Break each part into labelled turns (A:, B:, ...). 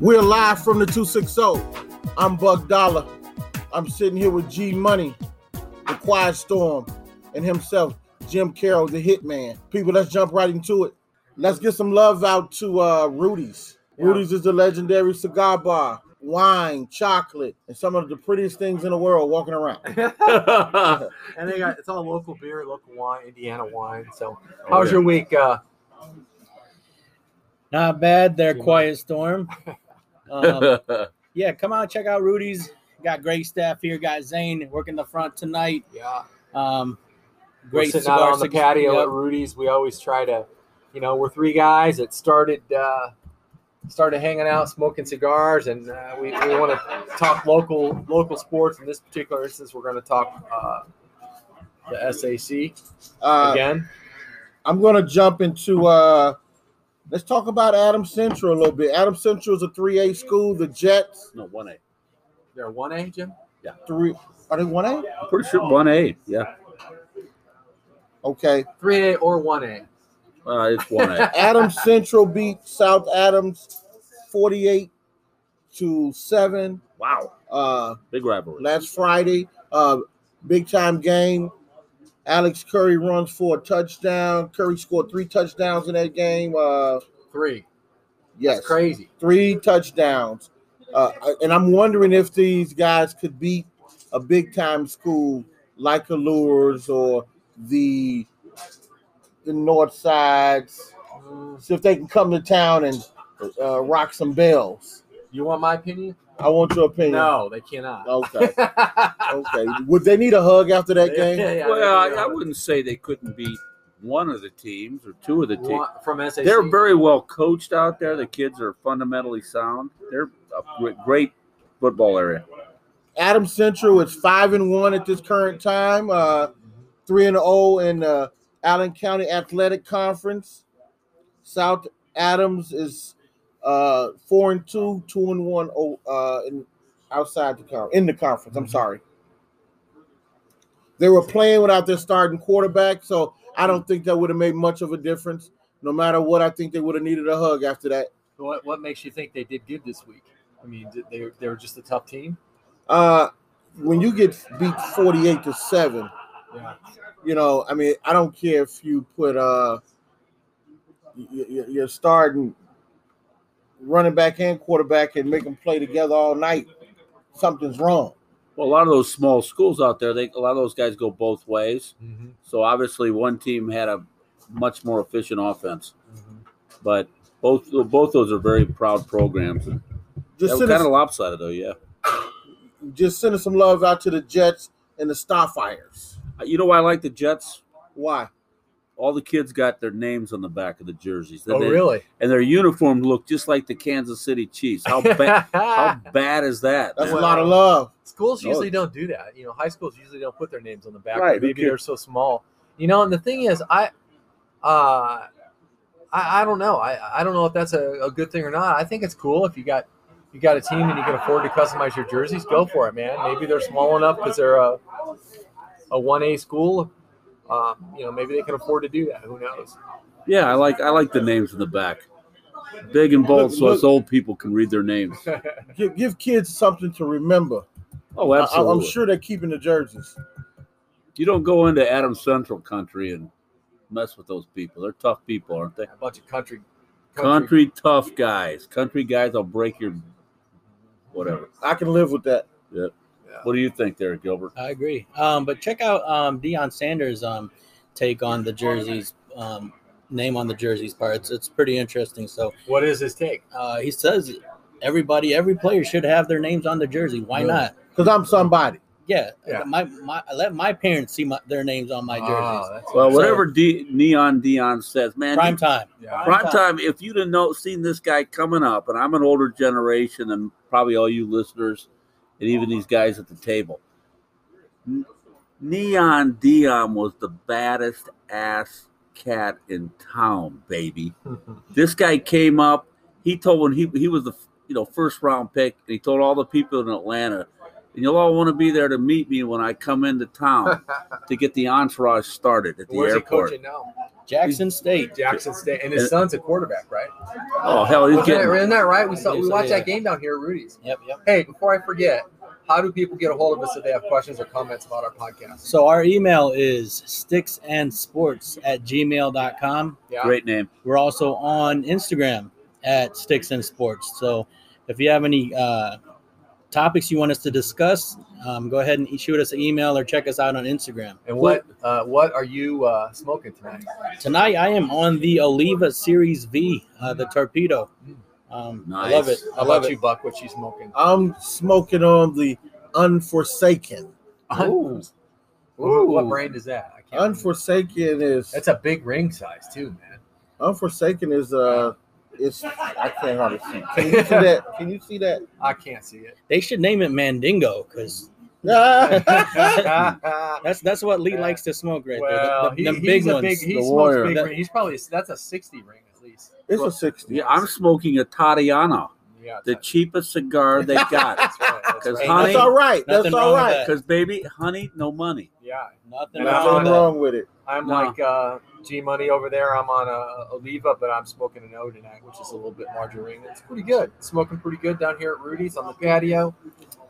A: We're live from the 260. I'm Buck Dollar. I'm sitting here with G Money, the Quiet Storm, and himself, Jim Carroll, the Hitman. People, let's jump right into it. Let's get some love out to uh, Rudy's. Rudy's is the legendary cigar bar, wine, chocolate, and some of the prettiest things in the world walking around.
B: and they got it's all local beer, local wine, Indiana wine. So, how was your week? Uh,
C: Not bad. They're quiet storm. Um,
D: That's
C: yeah, come out check out Rudy's. Got great staff here. Got Zane working the front tonight.
B: yeah,
C: Um,
B: we're
C: great
B: sitting out
C: cigar
B: on the
C: six-
B: patio
C: yep.
B: at Rudy's. We always try to, you know, we're three guys that started uh, started hanging out, smoking cigars, and uh, we, we want to talk local local sports. In this particular instance, we're going to talk uh, the SAC
A: Uh,
B: again.
A: I'm gonna jump into uh let's talk about Adam Central a little bit. Adam Central is a 3A school, the Jets
D: no one A.
B: They're one A, Jim.
A: three are they one A?
D: Pretty sure one A. Yeah,
A: Okay.
B: Three A or one A.
D: uh, it's one A.
A: Adam Central beat South Adams 48 to 7
D: wow,
A: uh
D: big rivalry.
A: last Friday. Uh big time game. Alex Curry runs for a touchdown. Curry scored three touchdowns in that game. Uh
B: Three.
A: yes.
B: Crazy.
A: three touchdowns. Uh, and I'm wondering if these guys could beat a big time school like Allures or the the North Sides. See if they can come to town and uh, rock some bells.
B: You want my opinion?
A: I want your opinion.
B: No, they cannot.
A: Okay. Okay. Would they need a hug after that game?
D: Well, I, I wouldn't say they couldn't beat one of the teams or two of the teams.
B: One- from SAC.
D: They're very well coached out there. The kids are fundamentally sound. They're a gr- great football area.
A: Adam Central is five and one at this current time. Uh, three and zero in the Allen County Athletic Conference. South Adams is uh, four and two, two and one oh, uh, in, outside the conference. In the conference, I'm sorry. They were playing without their starting quarterback, so I don't think that would have made much of a difference. No matter what, I think they would have needed a hug after that.
B: What, what makes you think they did good this week? I mean, did they they were just a tough team.
A: Uh, when you get beat 48 to seven,
B: Yeah.
A: you know, I mean, I don't care if you put uh your, your starting running back and quarterback and make them play together all night. Something's wrong.
D: Well, a lot of those small schools out there, they a lot of those guys go both ways. So obviously, one team had a much more efficient offense, but both both those are very proud programs. And they
A: Just
D: were
A: send,
D: kind
A: us,
D: of lopsided, though. Yeah.
A: just send us some love out to the Jets and the Starfires.
D: You know why I like the Jets?
A: Why?
D: All the kids got their names on the back of the jerseys.
B: Oh,
D: They-
B: really?
D: And their uniform looked just like the Kansas City Chiefs. How bad? how bad is that?
A: That's
D: man?
A: a lot of love.
B: schools
D: No.
B: usually don't do that. You know, high schools usually don't put their names on the back.
D: Oh. Right,
B: Right,
D: who
B: maybe
D: cares?
B: they're so small. You know, and the thing is, I, uh, I, I don't know. I, I don't know if that's a, a good thing or not. I think it's cool if you got you got a team and you can afford to customize your jerseys. Go for it, man. Maybe they're small enough because they're a a one A school. Um, you know, maybe they can afford to do that. Who knows?
D: Yeah, I like I like the names in the back, big and bold, so
A: Look-
D: us old people can read their names.
A: Give, give kids something to remember.
D: Oh,
A: I,
D: absolutely.
A: am sure they're keeping the jerseys.
D: You don't go into Adam Central country and mess with those people. They're tough people, aren't they?
B: a bunch of country,
D: Country tough guys. Country guys will break your whatever.
A: I can live with that.
D: What do you think there, Gilbert?
C: I agree. Um, but check out um, Deion Sanders' um, take on the jerseys, um, name on the jerseys part. It's, it's pretty interesting. So
B: What is his take?
C: uh, he says everybody, every player should have their names on the jersey. Why
A: Really?
C: not?
A: Because I'm somebody.
C: Yeah,
B: Yeah.
C: My, my I let my parents see my, their names on my jerseys.
B: Ah, that's-
D: Well, whatever D- Neon Dion says,
B: Ah.
D: man.
C: Prime time.
B: yeah.
D: prime time. If you'd have know, seen this guy coming up, and I'm an older generation than probably all you listeners, and even these guys at the table. N- Neon Dion was the baddest ass cat in town, baby. this guy came up. He told when he he was the you know first round pick, and he told all the people in Atlanta, and you'll all want to be there to meet me when I come into town to get the entourage started at the
B: Where's he
D: airport.
B: coaching now?
C: Jackson State.
B: Jackson State, and his son's a quarterback, right?
D: Oh hell, he's
B: Isn't that,
D: getting
B: isn't that right? We saw we
C: Yeah.
B: watched that game down here at Rudy's.
C: Yep, yep.
B: Hey, before I forget, how do people get a hold of us if they have questions or comments about our podcast?
C: So our email is sticksandsports at gmail.com.
B: Yeah,
D: great name.
C: We're also on Instagram at Sticks and Sports. So if you have any uh, topics you want us to discuss, um, go ahead and shoot us an email or check us out on Instagram.
B: And what uh, what are you uh, smoking tonight?
C: Tonight I am on the Oliva Series V, uh, the torpedo. Um, I love it.
D: Nice.
C: I love
B: How about
C: it.
B: you, Buck. What you smoking?
A: I'm smoking on the Unforsaken.
C: Uh,
B: Ooh.
D: Ooh.
B: What brand is that? I can't remember.
A: Unforsaken is
B: That's a big ring size too, man.
A: Unforsaken is uh it's I can't hardly see. Can you see that? Can you see that?
B: I can't see it.
C: They should name it Mandingo because that's that's what Lee likes to smoke right
B: well,
C: there. The,
B: he,
C: the,
B: he's
C: them big
B: a Big,
C: ones.
B: he
D: the
B: smokes
D: Warrior.
B: big
C: That-
B: ring. He's probably that's a sixty ring at least.
A: it's a sixty.
D: Yeah, I'm smoking a Tatiana,
B: Yeah,
D: the cheapest cigar they got.
B: that's right. That's
D: 'Cause
B: right.
D: honey-
A: That's all right.
C: Nothing
A: That's all
C: wrong with
A: right.
C: that.
D: Because baby, honey, no money.
B: yeah,
C: Nothing
B: And I'm
C: wrong with
A: Nothing
C: that.
A: wrong with it.
B: I'm
D: No.
B: like uh, G Money over there. I'm on a Oliva, but I'm smoking an O tonight, which is a little bit larger ring. It's pretty good. Smoking pretty good down here at Rudy's on the patio.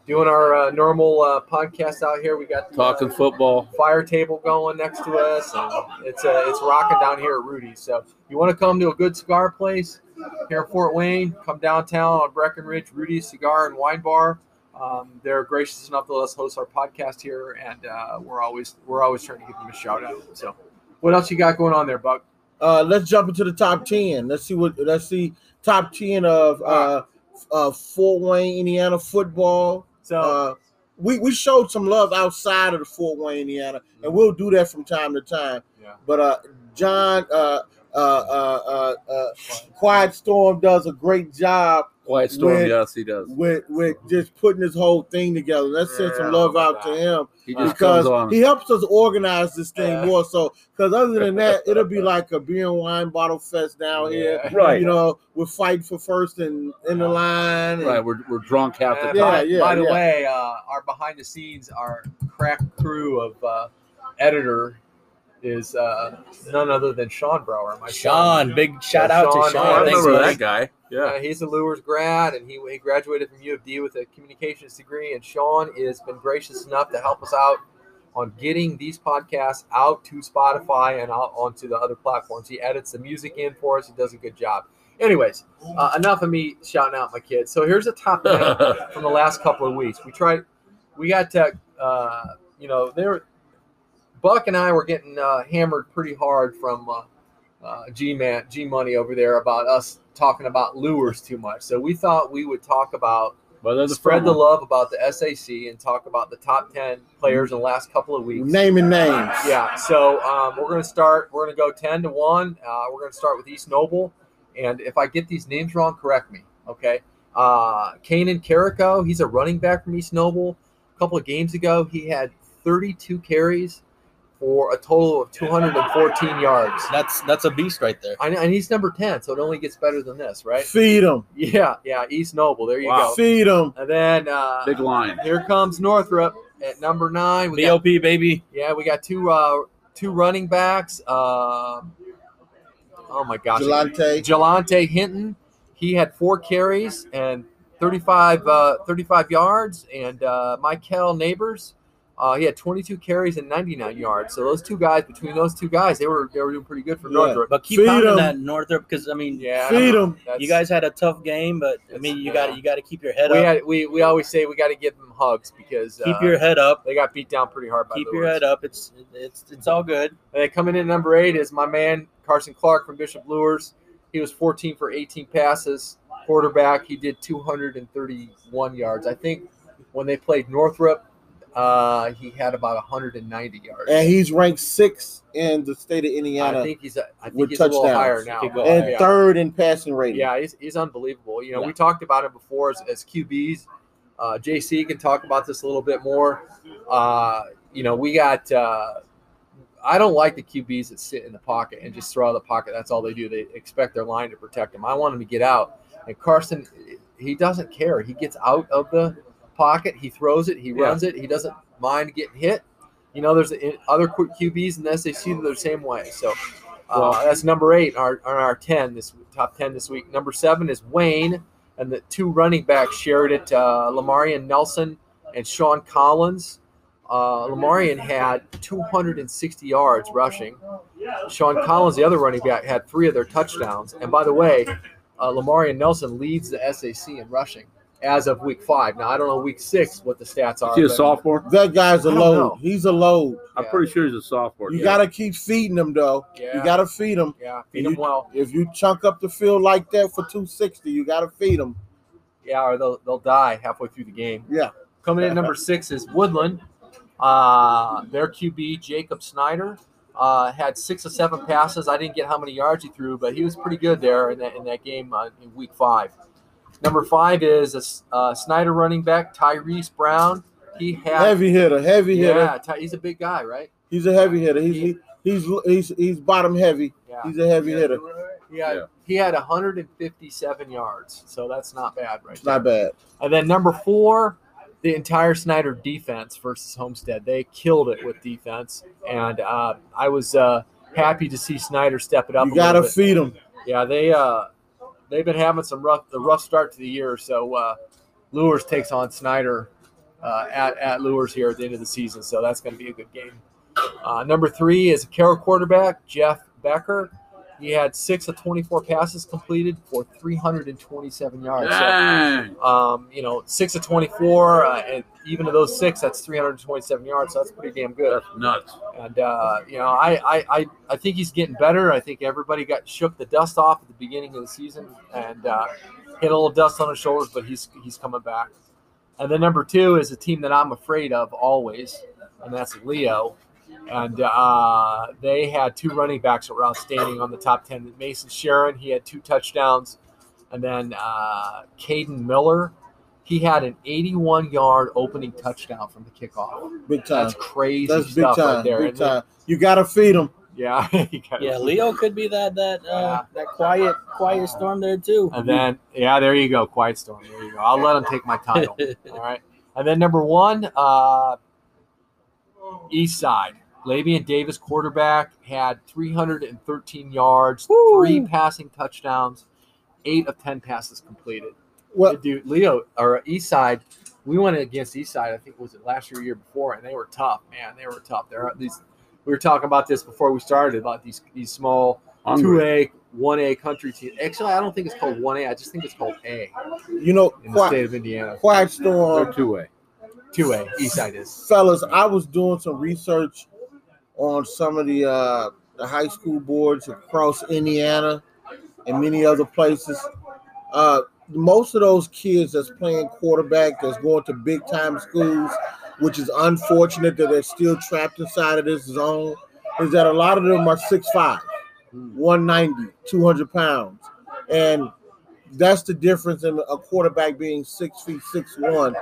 B: Doing our uh, normal uh, podcast out here. We got the,
D: Talking football.
B: uh, fire table going next to us. And it's uh, it's rocking down here at Rudy's. So you want to come to a good cigar place here in Fort Wayne? Come downtown on Breckenridge, Rudy's Cigar and Wine Bar. Um, they're gracious enough to let us host our podcast here, and uh, we're always we're always trying to give them a shout out. So, what else you got going on there, Buck?
A: Uh let's jump into the top ten. Let's see what let's see top ten of uh uh Fort Wayne, Indiana football.
B: So,
A: Uh we, we showed some love outside of the Fort Wayne, Indiana, and we'll do that from time to time.
B: Yeah.
A: But uh, John uh, uh, uh, uh, uh, Quiet Storm does a great job
D: Quiet storm.
A: With-
D: yes, he does.
A: with with just putting this whole thing together. Let's send
B: Yeah,
A: some love
B: I
A: out
B: love
A: to
B: that.
A: him
D: He just comes
A: because
D: on.
A: he helps us organize this thing
B: Yeah.
A: more. So, because other than that, it'll be like a beer and wine bottle fest down here.
B: Yeah.
D: Right.
A: You know, we're fighting for first and in the line. and-
D: Right, we're, we're drunk half the
B: And
D: time.
A: Yeah,
B: by,
A: yeah,
B: by the
A: yeah.
B: way, uh, our behind the scenes, our crack crew of uh, editor is uh, none other than Sean Brower. My
C: Sean, big shout out
B: Sean,
C: to
D: Oh,
C: Sean.
D: I
B: Thanks,
D: remember
B: buddy.
D: that guy. Yeah.
B: Uh, he's a Lures grad, and he, he graduated from U of D with a communications degree. And Sean has been gracious enough to help us out on getting these podcasts out to Spotify and out onto the other platforms. He edits the music in for us. He does a good job. Anyways, uh, enough of me shouting out my kids. So here's a top ten from the last couple of weeks. We tried, we got to, uh, you know, there. Buck and I were getting uh, hammered pretty hard from uh, uh, G Man, G Money over there about us talking about lures too much. So we thought we would talk about
D: but there's a
B: spread the
D: problem.
B: love about the SAC and talk about the top ten players in the last couple of weeks.
A: Naming names.
B: Yeah, so um, we're going to start. We're going to go ten to one. Uh, we're going to start with East Noble, and if I get these names wrong, correct me. Okay, uh, Kanan Carrico, he's a running back from East Noble. A couple of games ago, he had 32 carries for a total of 214 yards,
C: That's that's a beast right there.
B: I, and he's number 10, so it only gets better than this, right?
A: Feed them.
B: Yeah, yeah, East Noble. There you
D: Wow.
B: go.
A: Feed them.
B: And then uh,
D: Big line.
B: here comes Northrop at number nine. We got
C: BOP baby.
B: yeah, we got two uh, two running backs. Um, oh my gosh,
A: Jelante.
B: Jelante Hinton. He had four carries and 35, uh, 35 yards. And uh, Michael Neighbors, uh, he had 22 carries and 99 yards. So those two guys, between those two guys, they were they were doing pretty good for
A: Yeah.
B: Northrop.
C: But keep
A: Feed
C: pounding
A: 'em.
C: that Northrop because I mean,
B: Yeah,
A: Feed them.
B: that's-
C: you guys had a tough game, but I
B: It's-
C: mean, you
B: yeah.
C: got to you got to keep your head
B: we,
C: up.
B: had, we we always say we got to give them hugs because
C: keep
B: uh,
C: your head up.
B: they got beat down pretty hard by
C: Keep
B: the
C: your head up. It's it's it's all good.
B: And then Uh, coming in at number eight is my man Carson Clark from Bishop Lures. He was 14 for 18 passes, quarterback. He did 231 yards. I think when they played Northrop, uh, he had about 190 yards.
A: And he's ranked sixth in the state of
B: I
A: Indiana
B: think he's a, I think
A: With
B: he's a little
A: touchdowns.
B: higher
C: He
B: now.
C: could go
B: Oh, Yeah.
A: and third in passing rating.
B: Yeah, he's, he's unbelievable. You know, we
C: Yeah.
B: talked about him before as, as QBs. Uh, JC can talk about this a little bit more. Uh, you know, we got. Uh, I don't like the QBs that sit in the pocket and just throw out of the pocket. That's all they do. They expect their line to protect them. I want them to get out. And Carson, he doesn't care. He gets out of the pocket. He throws it. He
D: Yeah.
B: runs it. He doesn't mind getting hit. You know, there's i- other qu- QBs in the SAC that are the same way. So uh,
D: Well-
B: that's number eight on our, on our ten this top ten this week. Number seven is Wayne, and the two running backs shared it: uh, Lamarian Nelson and Sean Collins. Uh, Lamarian had 260 yards rushing. Sean Collins, the other running back, had three of their touchdowns. And by the way, uh, Lamarian Nelson leads the SAC in rushing as of week five. Now, I don't know week six what the stats are.
D: Is he a
B: but-
D: sophomore?
A: That guy's a
B: I don't
A: load.
B: know.
A: He's a load.
D: I'm
B: Yeah.
D: pretty sure he's a sophomore.
A: You
D: yeah.
A: gotta keep feeding him though.
B: Yeah,
A: You gotta feed him.
B: yeah, feed him well.
A: If you chunk up the field like that for 260, you gotta feed him.
B: Yeah, or they'll, they'll die halfway through the game.
A: Yeah.
B: Coming in at number six is Woodland. Uh, their QB, Jacob Snyder, uh, had six or seven passes. I didn't get how many yards he threw, but he was pretty good there in that, in that game uh, in week five. Number five is a S- uh, Snyder running back, Tyrese Brown. He had.
A: Heavy hitter, heavy hitter.
B: yeah, Ty, he's a big guy, right?
A: He's a heavy hitter. He's he,
B: He-
A: he's he's he's bottom heavy.
B: Yeah.
A: He's a heavy hitter.
B: He had,
D: Yeah.
B: he had 157 yards, so that's not bad, right?
A: It's not bad.
B: And then number four, the entire Snyder defense versus Homestead. They killed it with defense, and uh, I was uh, happy to see Snyder step it up.
A: You
B: a
A: gotta
B: little bit.
A: feed him.
B: yeah, they uh, they've been having some rough the rough start to the year, so uh, Lures takes on Snyder uh, at at Lures here at the end of the season, so that's going to be a good game. Uh, number three is Carroll quarterback Jeff Becker. He had six of 24 passes completed for 327 yards. So-
D: Dang.
B: um, you know, six of 24, uh, and even of those six, that's 327 yards. So that's pretty damn good.
D: That's nuts.
B: And, uh, you know, I, I, I, I think he's getting better. I think everybody got shook the dust off at the beginning of the season and uh, hit a little dust on his shoulders, but he's, he's coming back. And then number two is a team that I'm afraid of always, and that's Leo. And uh, they had two running backs that were outstanding on the top 10. Mason Sharon, he had two touchdowns. And then uh, Caden Miller, he had an 81 yard opening touchdown from the kickoff.
A: Big time.
B: That's crazy
A: That's big
B: stuff
A: time.
B: right there.
A: big
B: isn't it?
A: time. You gotta feed him.
B: Yeah, you got it.
C: Yeah, Leo could be that that uh, that quiet quiet storm there too.
B: And then yeah, there you go, Quiet Storm. There you go. I'll let him take my title. All right. And then number one, uh, East Side. Labian Davis, quarterback, had 313 yards, three passing touchdowns, eight of 10 passes completed.
A: Well,
B: Dude, Leo or East Side, we went against East Side. I think was it last year, or year before, and they were tough. Man, they were tough. They're these. We were talking about this before we started about these these small two
D: Hungry.
B: A, one A country team. Actually, I don't think it's called one A. I just think it's called A
A: you know,
B: in the
A: quiet,
B: state of Indiana.
A: quiet
D: They're
A: storm,
D: two way.
B: Two A, East Side is.
A: fellas. I was doing some research on some of the uh, the high school boards across Indiana and many other places. Uh, most of those kids that's playing quarterback, that's going to big time schools, which is unfortunate that they're still trapped inside of this zone, is that a lot of them are 6'5, 190, 200 pounds. And that's the difference in a quarterback being six feet, six one.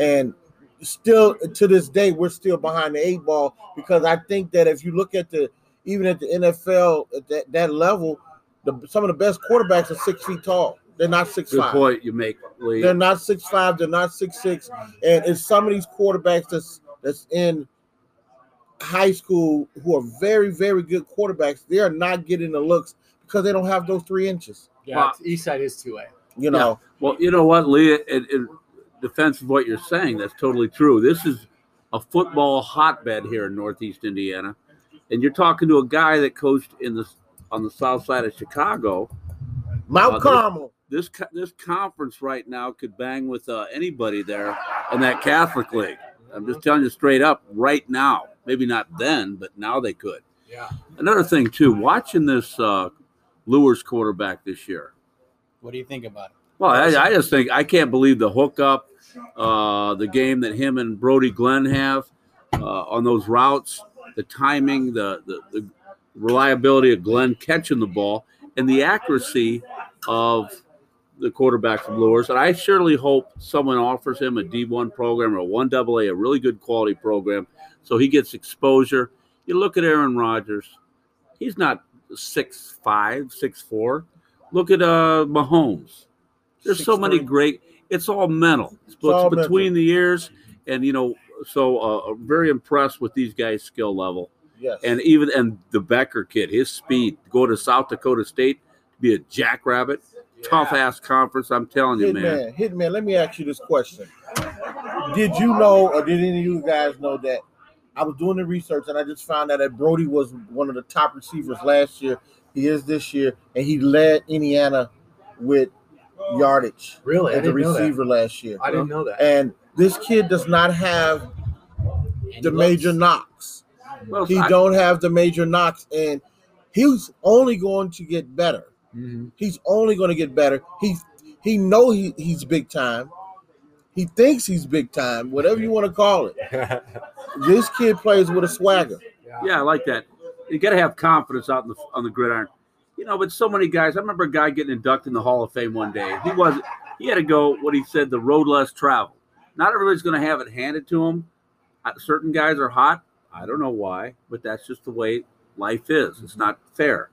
A: And still to this day, we're still behind the eight ball because I think that if you look at the even at the NFL at that, that level, the, some of the best quarterbacks are six feet tall. They're not six
D: Good
A: five.
D: point you make, Lee.
A: They're not six five. They're not six six. And it's some of these quarterbacks that's that's in high school who are very very good quarterbacks. They are not getting the looks because they don't have those three inches.
B: Yeah,
D: Wow.
B: it's- East Side is two A.
A: You know,
D: Well, you know what, Lee? In, in defense of what you're saying, that's totally true. This is a football hotbed here in Northeast Indiana, and you're talking to a guy that coached in the on the south side of Chicago.
A: Mount
D: Uh, they're-
A: Carmel.
D: This co- this conference right now could bang with uh, anybody there in that Catholic league. I'm just telling you straight up, right now. Maybe not then, but now they could.
B: Yeah.
D: Another thing too, watching this uh, Lures quarterback this year.
C: What do you think about it?
D: Well, I, I just think I can't believe the hookup, uh, the game that him and Brody Glenn have uh, on those routes, the timing, the, the the reliability of Glenn catching the ball, and the accuracy of the quarterback from Lures. And I surely hope someone offers him a D1 program or a 1AA, a really good quality program, so he gets exposure. You look at Aaron Rodgers; he's not six five, six four. Look at uh, Mahomes. There's so many
C: 6'3".
D: great. it's all mental. It's,
A: all
D: between
A: mental.
D: the ears, and you know, so uh, very impressed with these guys' skill level,
A: Yes.
D: and even and the Becker kid, his speed, go to South Dakota State, be a jackrabbit, tough ass conference. I'm telling you, man.
A: Hitman, Hitman, let me ask you this question. Did you know, or did any of you guys know that I was doing the research and I just found out that Brody was one of the top receivers last year. He is this year, and he led Indiana with yardage
B: Really, I
A: as a
B: didn't know that.
A: receiver last year.
B: I didn't know that.
A: And this kid does not have
C: And
A: the
C: he loves-
A: major knocks.
D: Well,
A: He
D: I-
A: don't have the major knocks, and he's only going to get better.
B: Mhm.
A: He's only going to get better. He he know he, he's big time. He thinks he's big time, whatever you want to call it. This kid plays with a swagger.
D: Yeah, I like that. You got to have confidence out in the on the gridiron. You know, but so many guys. I remember a guy getting inducted in the Hall of Fame one day. He was he had to go what he said the road less traveled. Not everybody's going to have it handed to them. Uh, Certain guys are hot. I don't know why, but that's just the way life is. It's not fair.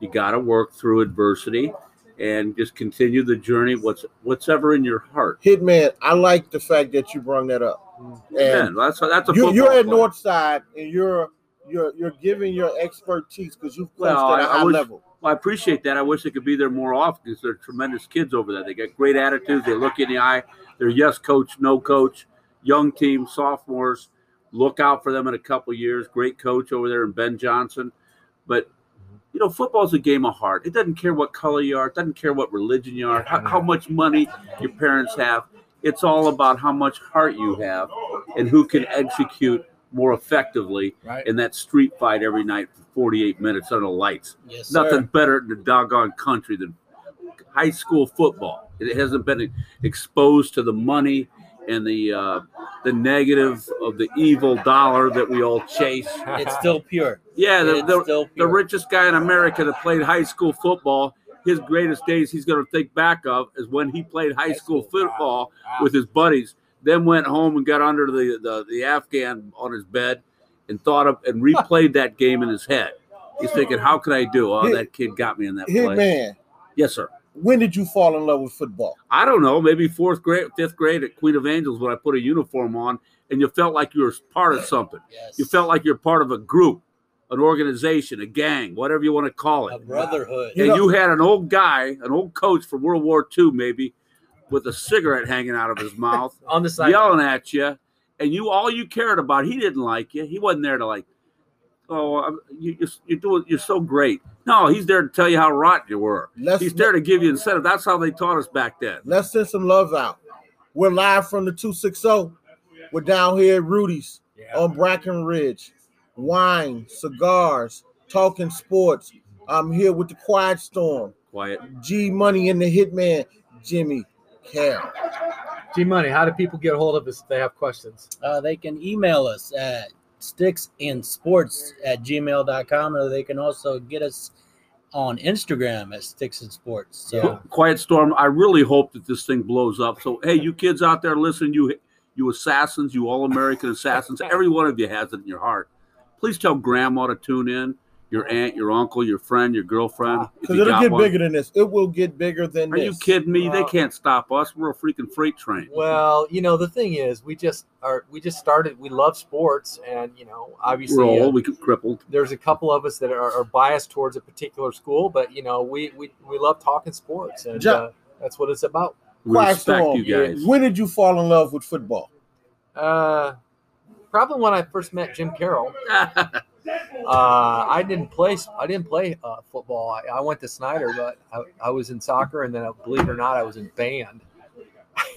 D: You got to work through adversity and just continue the journey. What's what's ever in your heart.
A: Hitman, I like the fact that you brung that up. And
D: Man, that's that's a
A: you,
D: football
A: you're at
D: player.
A: Northside, and you're you're you're giving your expertise because you've coached
D: Well,
A: at a
D: I- I
A: high
D: was-
A: level.
D: Well, I appreciate that. I wish they could be there more often because they're tremendous kids over there. They got great attitudes. They look you in the eye. They're yes coach, no coach. Young team, sophomores. Look out for them in a couple years. Great coach over there in Ben Johnson. But you know, football's a game of heart. It doesn't care what color you are. It doesn't care what religion you are. How, how much money your parents have. It's all about how much heart you have and who can execute more effectively
B: Right.
D: in that street fight every night for 48 minutes under the lights.
C: Yes, sir.
D: Nothing better in the doggone country than high school football. It hasn't been exposed to the money and the uh, the negative of the evil dollar that we all chase.
C: It's still pure.
D: Yeah, the,
C: It's
D: the,
C: still
D: the
C: pure.
D: richest guy in America that played high school football. His greatest days he's going to think back of is when he played high school football with his buddies. Then went home and got under the, the, the Afghan on his bed and thought of and replayed that game in his head. He's thinking, how could I do? Oh,
A: Hit-
D: that kid got me in that play.
A: Hitman,
D: Yes, sir.
A: when did you fall in love with football?
D: I don't know, maybe fourth grade, fifth grade at Queen of Angels when I put a uniform on and you felt like you were part of something.
C: Yes.
D: You felt like you're part of a group, an organization, a gang, whatever you want to call
C: a
D: it.
C: brotherhood.
A: You
D: and
A: know-
D: you had an old guy, an old coach from World War II, maybe, with a cigarette hanging out of his mouth,
B: On the side.
D: yelling at you, and you all you cared about. He didn't like you. He wasn't there to like, oh, I'm- you, you're, you're doing, you're so great. No, he's there to tell you how rotten you were.
A: Let's
D: He's there to give you incentive. That's how they taught us back then.
A: Let's send some love out. We're live from the 260. We're down here at Rudy's
B: Yeah.
A: on Brackenridge. Wine, cigars, talking sports. I'm here with the Quiet Storm,
D: Quiet.
A: G Money and the Hitman, Jimmy Carroll.
B: G Money, how do people get a hold of us if they have questions?
C: Uh, they can email us at sticksandsports at gmail.com, or they can also get us on Instagram at sticks and sports. So
B: Yeah.
D: Quiet Storm, I really hope that this thing blows up. So, hey, you kids out there, listen, you you assassins, you all American assassins, every one of you has it in your heart. Please tell grandma to tune in, your aunt, your uncle, your friend, your girlfriend. if
A: Because
D: you
A: Ah, it'll
D: got
A: get
D: one.
A: bigger than this. It will get bigger than
D: Are
A: this.
D: you kidding me? They
B: Wow.
D: can't stop us. We're a freaking freight train.
B: Well, you know, the thing is, we just are. We just started. We love sports, and you know, obviously,
D: We're
B: uh,
D: old, we get crippled.
B: there's a couple of us that are, are biased towards a particular school, but you know, we we, we love talking sports, and
A: Jeff.
B: uh, that's what it's about.
D: We
A: Quiet
D: respect
A: Storm,
D: you guys.
A: When did you fall in love with football?
B: Uh, probably when I first met Jim Carroll, uh, I didn't play. I didn't play uh, football. I, I went to Snyder, but I, I was in soccer, and then uh, believe it or not, I was in band.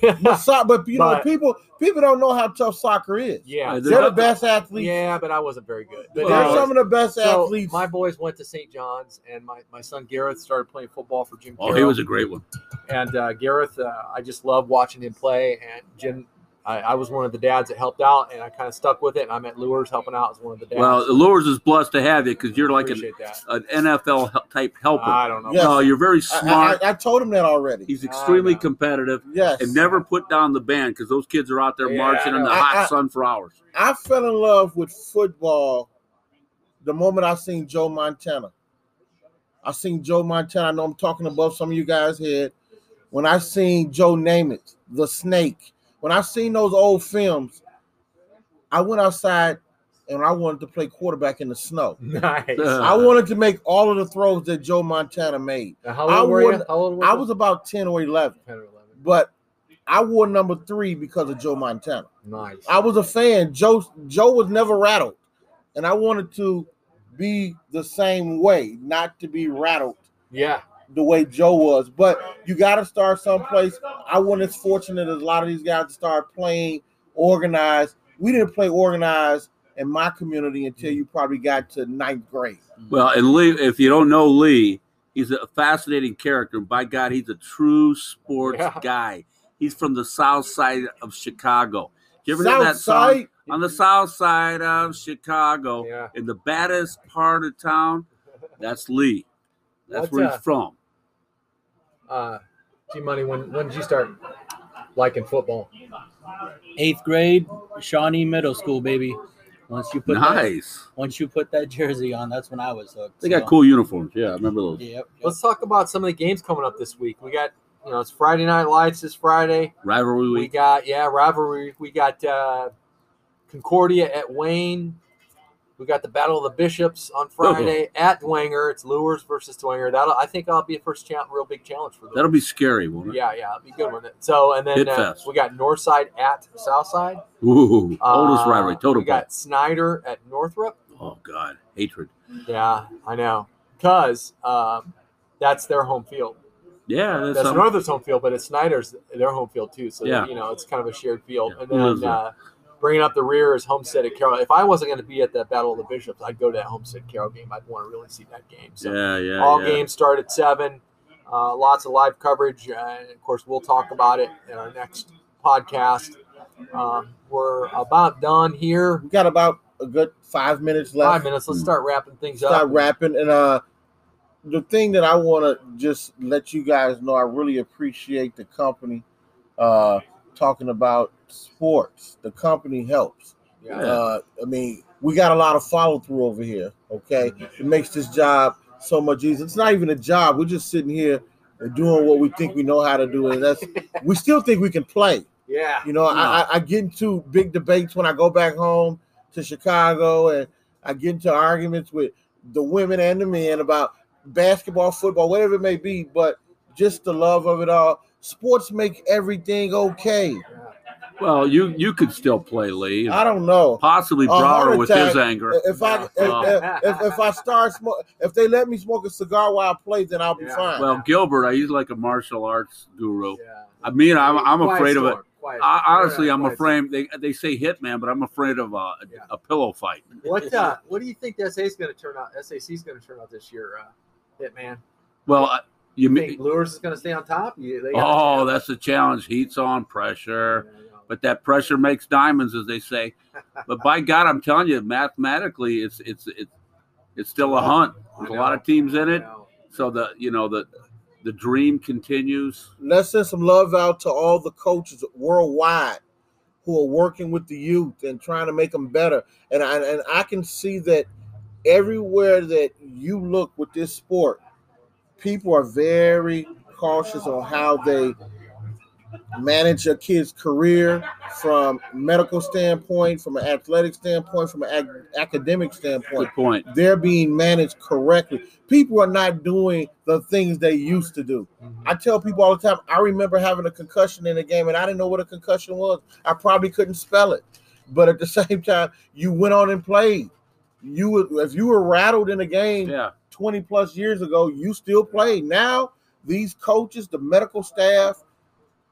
A: So- but you know,
B: But-
A: people people don't know how tough soccer is.
B: yeah,
A: They're the best athletes.
B: yeah, but I wasn't very good. But
A: They're
D: Well,
B: anyway,
A: some of the best
B: so
A: athletes.
B: my boys went to St. John's, and my, my son Gareth started playing football for Jim.
D: Oh,
B: Carroll.
D: he was a great one.
B: and uh, Gareth, uh, I just love watching him play. And Jim, I, I was one of the dads that helped out, and I kind of stuck with it. And I'm at Lures helping out as one of the dads.
D: Well, Lures is blessed to have you because you're like an,
B: appreciate that.
D: an NFL hel- type helper.
B: I don't know.
A: Yeah.
D: No, you're very
A: Ah, I- I-
D: smart.
A: I, I told him that already.
D: He's extremely
B: no.
D: competitive.
A: Yes.
D: and never put down the band because those kids are out there
B: Yeah,
D: marching in the
A: I-
D: hot
A: I-
D: sun for hours.
A: I fell in love with football the moment I seen Joe Montana. I seen Joe Montana. I know I'm talking above some of you guys' head, When I seen Joe Namath, The Snake, when I seen those old films, I went outside and I wanted to play quarterback in the snow.
B: Nice.
D: Uh,
A: I wanted to make all of the throws that Joe Montana made.
B: Now, how old
A: I
B: were you?
A: wouldn't-
B: How old were
A: I
B: you?
A: was about 10 or 11,
B: 10 or 11.
A: but I wore number three because of Joe Montana.
B: Nice.
A: I was a fan. Joe Joe was never rattled, and I wanted to be the same way, not to be rattled
B: yeah.
A: the way Joe was. But you got to start someplace. I wasn't as fortunate as a lot of these guys to start playing organized. We didn't play organized in my community until you probably got to ninth grade.
D: Well, and Lee, if you don't know Lee, he's a fascinating character. By God, he's a true sports
B: Yeah.
D: guy. He's from the south side of Chicago. You ever
A: South
D: hear that song?
A: side,
D: On the south side of Chicago,
B: Yeah.
D: in the baddest part of town, that's Lee.
B: What,
D: That's where he's
B: uh,
D: from.
B: Uh, G Money, when, when did you start liking football?
C: Eighth grade, Shawnee Middle School, baby. Once you put that,
D: Nice.
C: once you put that jersey on, that's when I was hooked.
D: They got
C: so-
D: cool uniforms. Yeah, I remember those.
C: Yep. yep.
B: Let's talk about some of the games coming up this week. We got, you know, it's Friday Night Lights this Friday.
D: Rivalry
B: We
D: week.
B: got, yeah, rivalry. We got uh, Concordia at Wayne. We got the Battle of the Bishops on
D: Oh,
B: Friday at Dwanger. It's Lures versus Dwanger. That'll, I think, that'll be a first cha- real big challenge for them.
D: That'll be scary, won't it?
B: yeah, yeah, it'll be good with it. So, and then
D: Hit
B: uh,
D: fest.
B: we got Northside at Southside.
D: Ooh, oldest
B: Uh,
D: rivalry. Total
B: We got Snyder at Northrop.
D: Oh God, hatred.
B: Yeah, I know. Because um, that's their home field.
D: Yeah, that's,
B: That's
D: something.
B: Northern's home field, but it's Snyder's their home field too. So,
D: Yeah.
B: you know, it's kind of a shared field.
D: Yeah,
B: And
D: who lives
B: then
D: there?
B: uh, bringing up the rear is Homestead at Carroll. If I wasn't going to be at that Battle of the Bishops, I'd go to that Homestead Carroll game. I'd want to really see that game. So,
D: yeah, yeah.
B: all
D: yeah.
B: games start at seven. Uh, lots of live coverage, uh, and of course, we'll talk about it in our next podcast. Um, we're about done here.
A: we got about a good five minutes left.
B: Five minutes. Let's start wrapping things
A: start
B: up.
A: rapping and uh the thing that i want to just let you guys know i really appreciate the company uh talking about sports the company helps
B: Yeah.
A: uh i mean we got a lot of follow-through over here okay it makes this job so much easier it's not even a job we're just sitting here and doing what we think we know how to do and that's we still think we can play
B: Yeah.
A: you know, I, I, I get into big debates when I go back home to Chicago, and I get into arguments with the women and the men about basketball, football, whatever it may be. But just the love of it all, sports make everything okay.
D: Well, you you could still play Lee.
A: I don't know
D: Possibly
A: A heart
D: Brower with
A: attack.
D: his anger.
A: if I if, if, if I start smoke if they let me smoke a cigar while I play, then I'll be
B: Yeah.
A: fine.
D: Well, Gilbert, he's like a martial arts guru.
B: Yeah.
D: I mean, I'm I'm
B: Quiet
D: afraid of it.
B: storm. Quiet
D: I,
B: storm.
D: honestly,
B: Yeah,
D: I'm
B: quiet
D: afraid. They they say hitman, but I'm afraid of a,
B: Yeah.
D: a pillow fight.
B: storm. What uh, What do you think the SA is going to turn out? SAC is going to turn out this year, uh, Hitman.
D: Well, I- you
B: You
D: mean?
B: think Lures is going to stay on top? You, they
D: Oh, that's the challenge. Heat's on pressure. but that pressure makes diamonds, as they say. But by God, I'm telling you, mathematically, it's it's it's it's still
A: Oh,
D: a hunt. There's a lot of teams in it, so the you know the the dream continues.
A: let's send some love out to all the coaches worldwide who are working with the youth and trying to make them better. And I, and I can see that everywhere that you look with this sport, people are very cautious on how they manage a kid's career from medical standpoint, from an athletic standpoint, from an ac- academic standpoint.
D: Good point.
A: They're being managed correctly. People are not doing the things they used to do. I tell people all the time, I remember having a concussion in a game and I didn't know what a concussion was. I probably couldn't spell it. But at the same time, you went on and played. You would if you were rattled in a game
D: Yeah,
A: 20 plus years ago, you still played. Now these coaches, the medical staff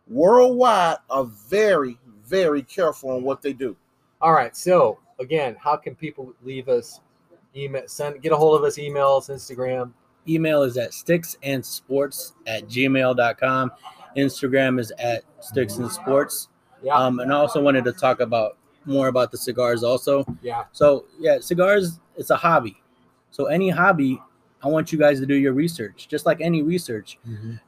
A: worldwide are very, very careful on what they do.
B: All right. So again, how can people leave us email? Send get a hold of us. Emails, Instagram.
C: Email is at sticksandsports at gmail.com. Instagram is at sticks and sports.
B: Yeah.
C: Um, and I also wanted to talk about more about the cigars also.
B: yeah.
C: So yeah, cigars it's a hobby. So any hobby, I want you guys to do your research. Just like any research,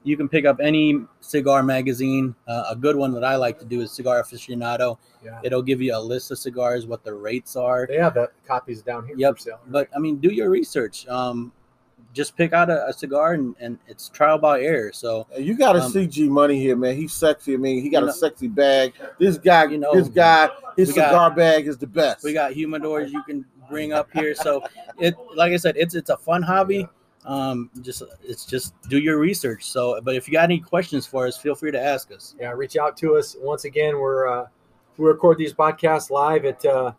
C: you can pick up any cigar magazine. Uh, a good one that I like to do is Cigar Aficionado.
B: Yeah.
C: It'll give you a list of cigars, what the rates are.
B: They have the copies down here
C: Yep.
B: for sale.
C: But I mean, do your research. Um, just pick out a, a cigar and, and it's trial by error. So
A: And you got to
C: Um,
A: see G Money here, man. He's sexy. I mean, he got
C: You
A: a
C: know-
A: sexy bag. This guy,
C: You know,
A: this guy, his
C: we got-
A: cigar bag is the best.
C: we got humidors you can bring up here. So it, like I said, it's it's a fun hobby. Um, just it's just do your research. So, but if you got any questions for us, feel free to ask us.
B: yeah, reach out to us. Once again, we're uh, we record these podcasts live at uh,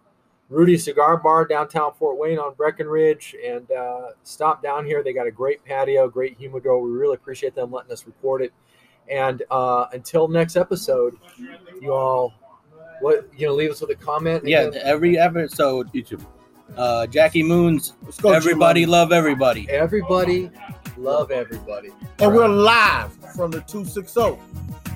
B: Rudy's Cigar Bar downtown Fort Wayne on Breckenridge, and uh, stop down here. They got a great patio, great humidor. We really appreciate them letting us record it. And uh, until next episode, you all, what you know, leave us with a comment.
C: Yeah,
B: again?
C: every episode,
D: Each of
C: uh, Jackie Moon's
A: Let's go, G
C: Everybody
A: Money.
C: Love Everybody.
B: everybody, love everybody.
A: and we're live from the two six oh. zero.